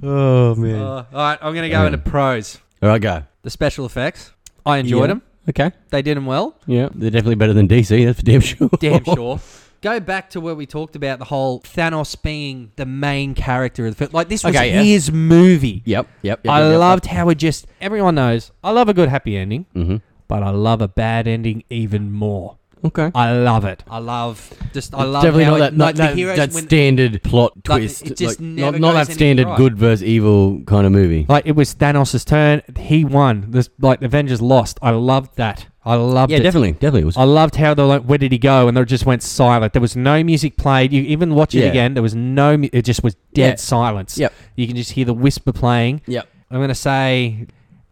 Oh man.
Uh, all right, I'm gonna go
Um,
into pros.
All right, go.
The special effects, I enjoyed
Yeah.
them.
Okay.
They did them well.
Yeah, they're definitely better than DC. That's for damn sure.
Damn sure. Go back to where we talked about the whole Thanos being the main character of the film. Like this was
Okay, yeah.
his movie.
Yep. Yep.
I loved how it just. Everyone knows I love a good happy ending,
Mm-hmm.
but I love a bad ending even more.
Okay.
I love it. I love just. I love
definitely
how
not
it-
that,
like
not,
the
that,
heroes
that
when-
standard plot
Like,
twist.
it
like,
just never
not, not
goes
that
any
standard
right.
good versus evil kind of movie.
like it was Thanos' turn. He won. This like the Avengers lost. I loved that. I loved
yeah,
it.
definitely, definitely. It was
I loved how they were like, where did he go? And they just went silent. There was no music played. You even watch it
Yeah.
again. There was no. mu- It just was dead
Yeah.
silence.
Yep.
You can just hear the whisper playing.
Yep.
I'm gonna say,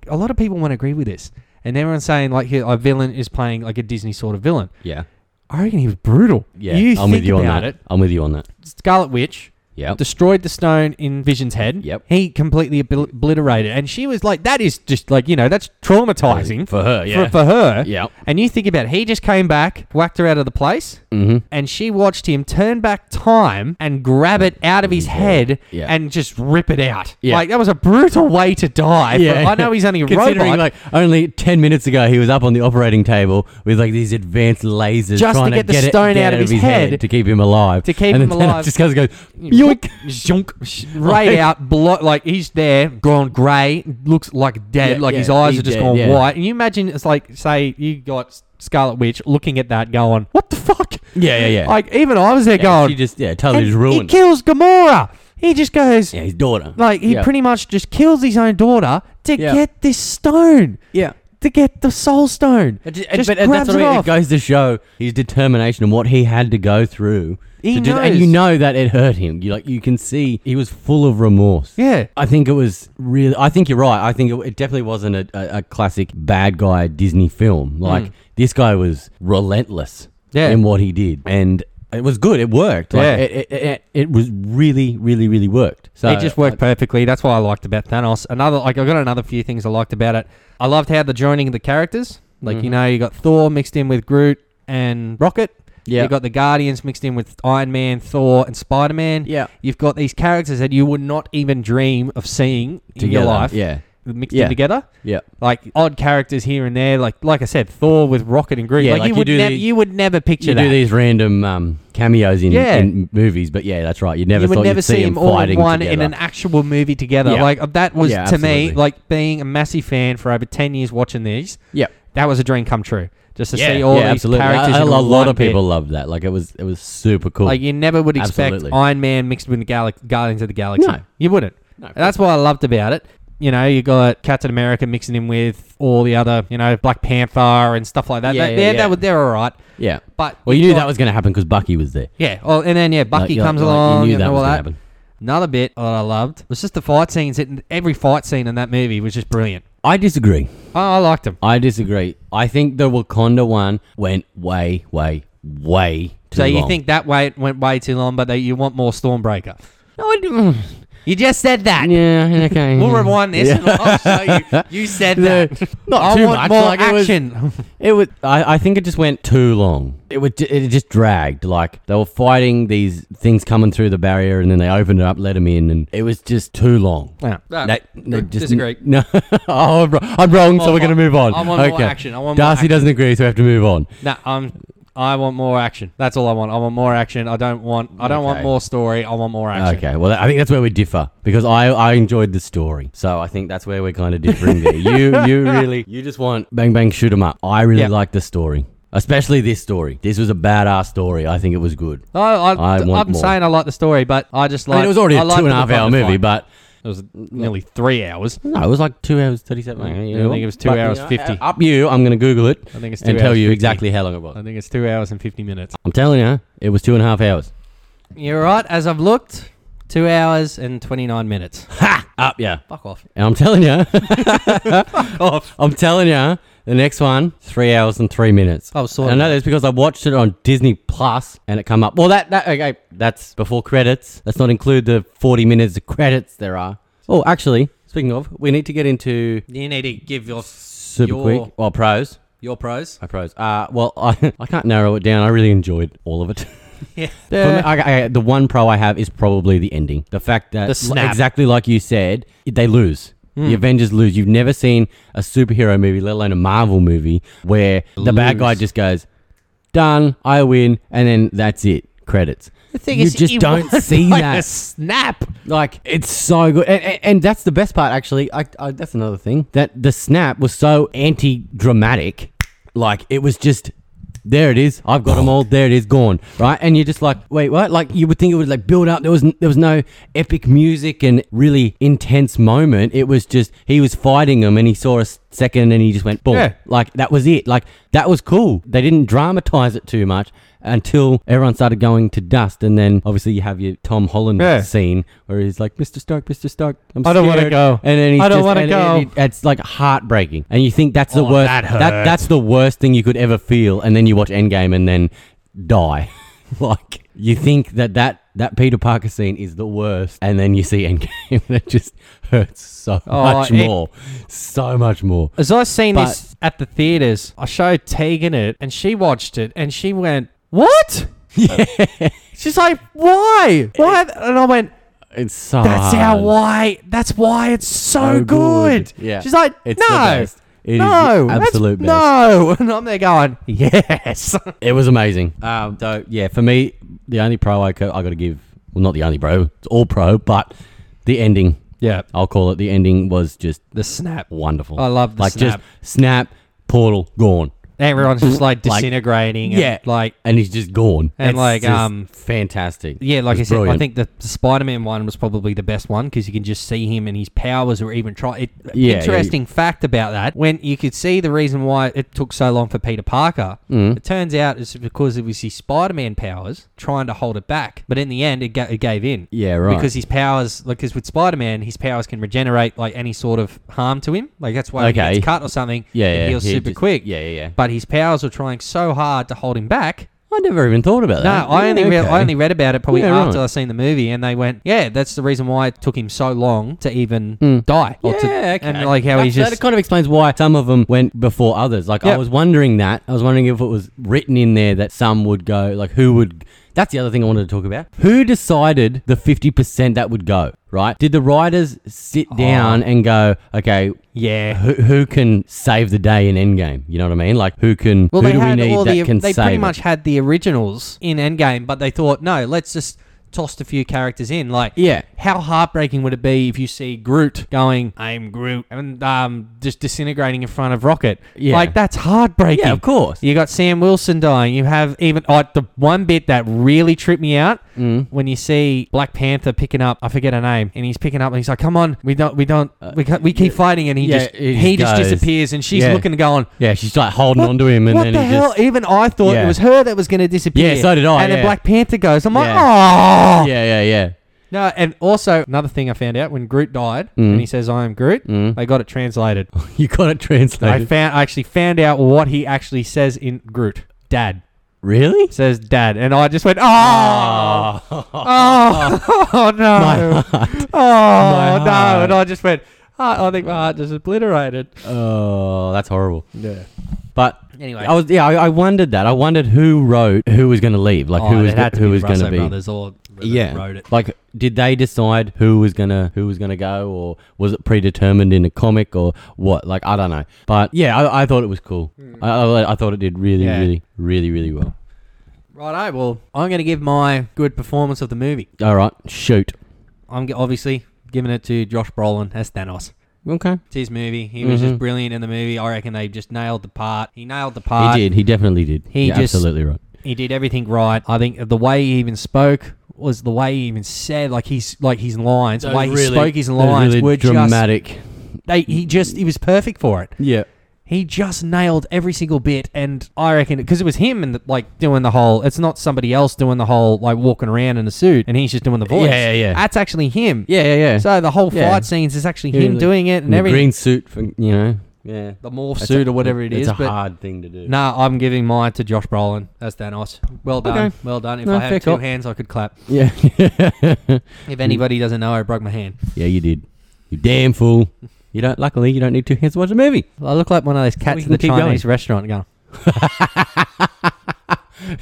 a lot of people won't agree with this, and everyone's saying like here, a villain is playing like a Disney sort of villain.
Yeah.
I reckon he was brutal.
Yeah.
You
I'm
think
with you on
about
that.
it.
I'm with you on that.
Scarlet Witch
Yeah.
destroyed the stone in Vision's head.
Yep.
He completely obli- obliterated, it. and she was like, "That is just like you know, that's traumatizing
for her.
for,
Yeah.
for her."
yeah.
And you think about it, he just came back, whacked her out of the place,
Mm-hmm.
and she watched him turn back time and grab it out of his head
Yeah.
and just rip it out.
Yeah.
Like that was a brutal way to die.
Yeah.
But I know he's only a
Considering
robot.
like only ten minutes ago he was up on the operating table with like these advanced lasers
Just to
trying
get the stone out of his head.
to keep him alive.
To keep
and
him
then Thanos
alive.
Just goes, goes yoink.
Zhunk, sh- right out, blo- like he's there, gone grey, looks like dead,
Yeah,
like his
yeah,
eyes
he's
are just
dead,
gone
yeah.
white. And you imagine it's like, say, you got Scarlet Witch looking at that, going, "What the fuck?"
Yeah, yeah, yeah.
Like even I was there
Yeah,
going,
She just yeah, totally
and
just
he
ruined. it.
kills Gamora. He just goes,
Yeah, his daughter.
like he
yeah.
pretty much just kills his own daughter to
Yeah.
get this stone.
yeah.
to get the Soul Stone.
It,
Just
but uh, that's what
grabs it
I mean. It
off.
goes to show his determination and what he had to go through.
He
to do that. And
knows.
you know that it hurt him. You like you can see he was full of remorse.
Yeah.
I think it was really. I think you're right. I think it, it definitely wasn't a, a, a classic bad guy Disney film. Like this guy was relentless
Mm. Yeah.
in what he did, and it was good. It worked. Like,
Yeah.
it, it, it, it was really, really, really worked. So
it just worked perfectly. That's what I liked about Thanos. Another, like, I got another few things I liked about it. I loved how the joining of the characters, like,
Mm-hmm.
you know, you got Thor mixed in with Groot and Rocket.
Yeah.
You got the Guardians mixed in with Iron Man, Thor, and Spider Man.
Yeah.
You've got these characters that you would not even dream of seeing in
Together,
your life.
yeah.
Mixed
Yeah.
in together.
Yeah.
Like odd characters here and there, like like I said, Thor with Rocket and Groot.
Yeah,
like,
like
you
you
would
do
nev-
the-
you would never picture
you
that.
do these random um, cameos in,
Yeah.
in movies, but yeah, that's right. You never
you
thought
would never
you'd see,
see
them
him all in
fighting
one
together.
in an actual movie together.
Yeah.
Like that was
Yeah,
to me
absolutely.
like being a massive fan for over ten years watching these.
yeah,
That was a dream come true. Just to
yeah,
see all
yeah,
these
absolutely.
characters.
A- a,
in
lot
one
of
bit.
people loved that. Like it was, it was super cool.
Like you never would expect
Absolutely.
Iron Man mixed with the Gal- Guardians of the Galaxy.
No.
you wouldn't.
No, of
And that's what I loved about it. You know, you got Captain America mixing in with all the other, you know, Black Panther and stuff like that.
Yeah,
they,
yeah,
they're,
yeah.
They were, they're all right.
yeah.
But
Well, you
you've
knew
got-
that was going to happen because Bucky was there.
yeah. Oh, and then yeah, Bucky
you're-
comes
you're like, you
along
knew
and
that
all
was gonna
that.
happen.
Another bit that I loved was just the fight scenes. It, every fight scene in that movie was just brilliant.
I disagree.
Oh, I liked them.
I disagree. I think the Wakanda one went way, way, way too
so you
long.
think that way it went way too long, but that you want more Stormbreaker?
No, I do
You just said that.
Yeah, okay.
We'll rewind this and I'll show you. You said
No,
that.
not
I
too
want
much,
more
like, it was-
action.
It was. I, I think it just went too long. It would. It just dragged. Like they were fighting these things coming through the barrier, and then they opened it up, let them in, and it was just too long.
Yeah.
That- that just-
disagree.
No, oh, I'm, wr- I'm wrong. so
more
we're going to
fi-
move on.
I want
okay.
more action, I want more
Darcy
action.
doesn't agree, so we have to move on.
No, I'm. I want more action. That's all I want. I want more action. I don't want. I don't want
Okay.
more story. I want more action.
Okay. Well, I think that's where we differ because I, I enjoyed the story, so I think that's where we're kind of differing there. You you really you just want bang bang shoot 'em up. I really
Yeah.
like the story, especially this story. This was a badass story. I think it was good.
No, I,
I
I
want
am
more.
saying I like the story, but I just
I
like.
mean, it was already
a
a two and a half hour movie, but
it was nearly three hours.
no, it was like two hours thirty-seven. you know
I think it was two
but,
hours
you know,
50.
Up you, I'm going to Google it.
I think it's
and
two
tell
hours
you
50.
exactly how long it
I
was.
think it's two hours and fifty minutes.
I'm telling you, it was two and a half hours.
You're right. As I've looked, two hours and twenty nine minutes.
Ha! Up yeah.
Fuck off.
And I'm telling you, I'm telling you, the next one, three hours and three minutes.
Oh, sorry.
And I know that's because I watched it on Disney Plus and it come up. Well, that, that okay, that's before credits. Let's not include the 40 minutes of credits there are. Oh, actually, speaking of, we need to get into
You need to give your
super
Your-
quick. Well, pros.
your pros.
I pros. Uh, well, I, I can't narrow it down. I really enjoyed all of it.
Yeah.
For me, I, I, the one pro I have is probably the ending. The fact that
The snap. Hmm.
exactly like you said, they lose. The Avengers lose. You've never seen a superhero movie, let alone a Marvel movie, where the bad guy just goes, "Done, I win," and then that's it. Credits. The
thing
you
is,
just
it
don't
was
see
like
that
a snap.
like it's so good, and, and, and that's the best part. Actually, I, I, that's another thing that the snap was so anti-dramatic. Like it was just there. It is. I've got them all. There it is. Gone. Right, and you're just like, wait, what? Like you would think it would like build up. There was n- there was no epic music and really intense moment. It was just he was fighting him, and he saw a s- second, and he just went boom.
Yeah.
Like that was it. Like that was cool. They didn't dramatize it too much until everyone started going to dust, and then obviously you have your Tom Holland
Yeah.
scene where he's like, "Mr. Stark, Mr. Stark, I'm
I don't wanna
scared."
go.
and then he's
I don't
just-
wanna
and it-
go.
it- it's like heartbreaking, and you think that's the
Oh,
worst.
that hurt.
that's the worst thing you could ever feel, and then you watch Endgame and then die. like you think that that that Peter Parker scene is the worst, and then you see Endgame, and it just hurts so
Oh,
much
it-
more, so much more.
As I seen
But-
this at the theaters, I showed Tegan it, and she watched it, and she went, "What?" Yeah. She's like, "Why? Why?" And I went,
It's so
"That's how
hard.
why. That's why it's so,
So good.
good.
Yeah.
She's like,
It's
"No."
the best. It is the
no, that's-
absolute best.
No, and I'm there going, yes.
It was amazing. Um, so yeah, for me, the only pro I, co- I got to give, well, not the only pro, it's all pro, but the ending,
yeah,
I'll call it. The ending was just
the snap.
wonderful.
I love the
like
snap.
just snap portal gone.
Everyone's just like
Like-
disintegrating.
Yeah.
and like
and he's just gone.
And,
It's
like,
just
um,
fantastic.
yeah, like I
It's
said, I
brilliant.
think the Spider-Man one was probably the best one because you can just see him and his powers were even try. It,
Yeah, yeah,
interesting fact about that when you could see the reason why it took so long for Peter Parker.
Mm.
It turns out it's because it was his Spider-Man powers trying to hold it back, but in the end, it, ga- it gave in.
Yeah, right.
Because his powers, like, because with Spider-Man, his powers can regenerate like any sort of harm to him. Like that's why
Okay.
he gets cut or something.
yeah,
it
yeah,
heals
he
super
just-
quick.
Yeah, yeah, yeah.
But his powers were trying so hard to hold him back
I never even thought about
no,
that.
I
Yeah,
only read,
okay.
I only read about it probably
Yeah,
after
right.
I seen the movie, and they went, "Yeah, that's the reason why it took him so long to even die." Or
Hmm. yeah,
to,
okay.
And like how
that,
he's
that
just
kind of explains why some of them went before others. Like I
Yep.
was wondering that. I was wondering if it was written in there that some would go. Like who would? That's the other thing I wanted to talk about. Who decided the fifty percent that would go? Right? Did the writers sit down and go, okay,
Oh. yeah.
who, who can save the day in Endgame? You know what I mean? Like who can?
Well,
who
they
do
had
we need
all
that
the
can
they
save?
pretty
it?
much had the originals in Endgame, but they thought, no, let's just toss a few characters in. Like,
Yeah.
how heartbreaking would it be if you see Groot going, "I'm Groot," and um, just disintegrating in front of Rocket?
Yeah.
like that's heartbreaking.
Yeah, of course.
You got Sam Wilson dying. You have even like the one bit that really tripped me out
Mm.
when you see Black Panther picking up. I forget her name, and he's picking up, and he's like, "Come on, we don't, we don't, we, ca- we keep fighting," and he
Uh, yeah,
just
he
he
just
just
goes.
disappears, and she's
Yeah.
looking, going.
Yeah, she's like holding
What,
on to him, and
what
then
the
he
hell?
just.
Even I thought
Yeah.
it was her that was going to disappear.
Yeah, so did I,
And
yeah.
then Black Panther goes. I'm like, oh.
Yeah, yeah, yeah.
No, and also another thing I found out when Groot died,
Mm.
and he says, "I am Groot," they got it translated.
You got it translated.
I found I actually found out what he actually says in Groot. Dad
really?
says dad, and I just went, oh,
Ah.
oh, oh no, oh no,
heart.
and I just went, oh, I think my heart just obliterated.
Oh, that's horrible.
Yeah,
But
Anyway.
I was yeah, I, I wondered that. I wondered who wrote who was going to leave,
Oh,
like who was go- who was going to be.
brothers or
Yeah,
wrote it.
like did they decide who was gonna who was gonna go, or was it predetermined in a comic or what? Like I don't know. But yeah, I, I thought it was cool.
Hmm.
I, I, I thought it did really,
Yeah.
really, really, really well.
Righto, well, I'm going to give my good performance of the movie.
All right, shoot.
I'm g- obviously giving it to Josh Brolin as Thanos.
Okay,
It's his movie. He was just brilliant in the movie. I reckon they just nailed the part. He nailed the part.
Mm-hmm. he did. He definitely did.
he
You're
just-
absolutely right.
he did everything right. I think the way he even spoke was the way he even said like he's like his lines, the way he spoke his
Those
lines
really
were
dramatic.
just they he just he was perfect for it.
yeah.
He just nailed every single bit, and I reckon because it was him and like doing the whole. It's not somebody else doing the whole like walking around in a suit, and he's just doing the voice.
Yeah, yeah, yeah.
That's actually him.
Yeah, yeah, yeah.
So the whole
Yeah.
fight scenes is actually
Yeah,
him
like,
doing it and
the
everything.
green suit, for, you know. Yeah.
the morph
That's
suit
a-
or whatever it is.
It's a
but
hard thing to do.
Nah, I'm giving mine to Josh Brolin. That's Thanos. Well done.
Okay.
Well done. If
No,
I
fair
had two
call.
hands, I could clap.
Yeah.
If anybody doesn't know, I broke my hand.
yeah, you did. You damn fool. You don't. Luckily, you don't need two hands to watch a movie.
I look like one of those cats
We
at
can
the
keep going.
Chinese restaurant going,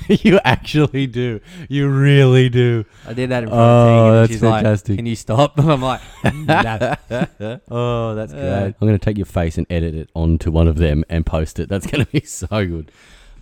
you actually do. You really do.
I did that in front
Oh,
of
that's
Tegan. and she's
fantastic.
like, can you stop? And I'm like, "Mm, Uh, no.
Oh, that's good. I'm gonna take your face and edit it onto one of them and post it. That's gonna be so good.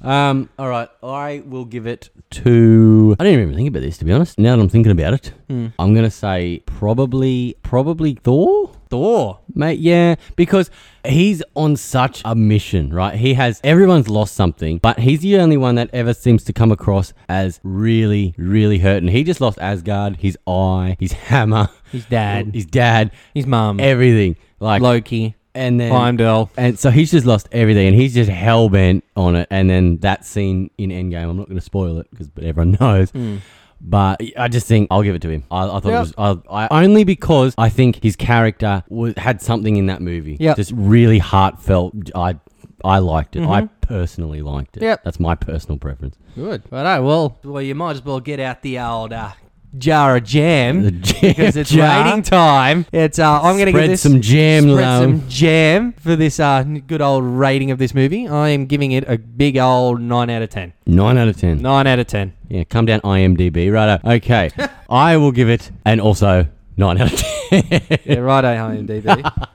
Um, all right, I will give it to. I didn't even think about this to be honest. Now that I'm thinking about it, I'm gonna say probably, probably Thor.
Thor.
Mate, yeah, because he's on such a mission, right? He has everyone's lost something, but he's the only one that ever seems to come across as really, really hurting. He just lost Asgard, his eye, his hammer,
His dad.
his dad,
His mum.
Eh. everything. Like
Loki.
and then
Heimdall.
and so he's just lost everything, and he's just hell bent on it. And then that scene in Endgame, I'm not going to spoil it because but everyone knows.
Hmm.
But I just think I'll give it to him. I, I thought
Yep.
it was I, I only because I think his character was, had something in that movie.
Yep.
just really heartfelt. I I liked it.
Mm-hmm.
I personally liked it.
Yep.
that's my personal preference.
Good. Righto, well, well, you might as well get out the old uh, jar of jam.
The jam
because it's
jar.
raining time. It's uh, I'm gonna
Spread
give this
some jam,
spread
Lou.
some jam for this uh, good old rating of this movie. I am giving it a big old nine out of ten.
Nine out of ten.
Nine out of ten.
Yeah, come down IMDb. Right. Okay, I will give it and also nine out of ten.
Yeah, right, IMDb.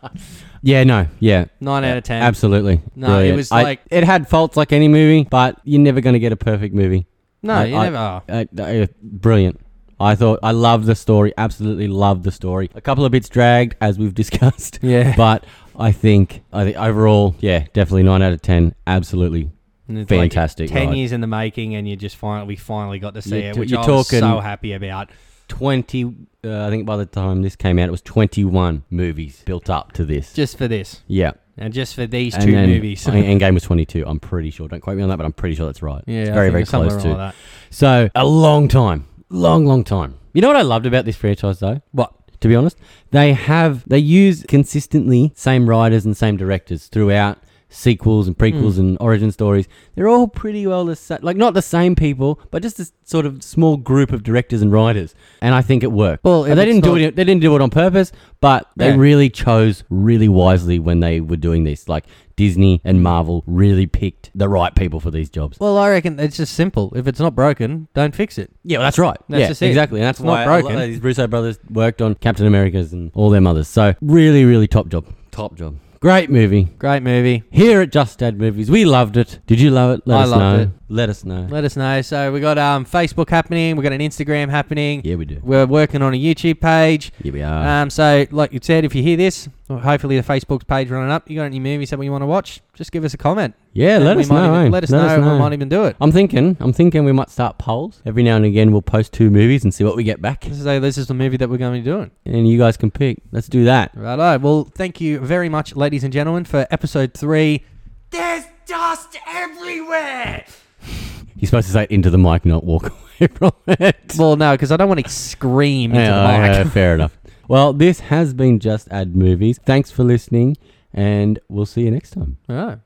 yeah, no, yeah.
nine out of ten.
Absolutely.
No, it
Brilliant.
was
I-
like-
it had faults like any movie, but you're never going to get a perfect movie.
No,
I-
you
I-
never are.
I- I- brilliant. I thought I loved the story. Absolutely loved the story. A couple of bits dragged, as we've discussed.
Yeah.
But I think I think overall, yeah, definitely nine out of ten. Absolutely
And it's like
Fantastic.
Ten
ride.
years in the making, and you just finally we finally got to see
You're
it,
t-
which
you're
I was so
talking-
happy about.
20, uh, I think by the time this came out, it was 21 movies built up to this.
Just for this,
yeah.
and just for these
And
two
then-
movies.
I think Endgame was 22, I'm pretty sure. Don't quote me on that, but I'm pretty sure that's right.
yeah,
it's
I
very,
think
very
it's somewhere
close
like
to.
that.
So, a long time. Long, long time. You know what I loved about this franchise, though?
What?
To be honest, they have, they use consistently same writers and same directors throughout sequels and
Hmm.
prequels and origin stories. They're all pretty well the same, like not the same people, but just a s- sort of small group of directors and writers. And I think it worked.
Well,
And they didn't do it. They didn't do it on purpose, but they
Yeah.
really chose really wisely when they were doing this. Like Disney and Marvel really picked the right people for these jobs.
Well, I reckon it's just simple. If it's not broken, don't fix it.
yeah, well, that's right.
That's
yeah,
just it.
exactly. And that's
It's not
why a lot
broken.
of These Russo brothers worked on Captain America's and all them others. So really, really top job. Top job. Great movie.
Great movie.
Here at Just Dad Movies, we loved it. Did you love it? Let
I
us
loved
know.
it.
Let us know.
Let us know. So we got um, Facebook happening. We got an Instagram happening.
yeah, Uh. we do.
We're working on a YouTube page.
Yeah, we are.
Um, so, like you said, if you hear this, well, hopefully the Facebook page running up. You got any movies that you want to watch? Just give us a comment.
yeah,
And
let
we
us,
might
know,
even-
eh?
let us know. and We might even do it.
I'm thinking. I'm thinking we might start polls every now and again. We'll post two movies and see what we get back,
This is a, this is the movie that we're going to be doing.
and you guys can pick. Let's do that.
Righto. Well, thank you very much, ladies and gentlemen, for episode three. There's dust everywhere.
You're supposed to say it into the mic, not walk away from it.
Well, no, because I don't want to scream into
Yeah, oh,
the mic.
yeah, fair enough. Well, this has been Just Add Movies. Thanks for listening, and we'll see you next time.
All right.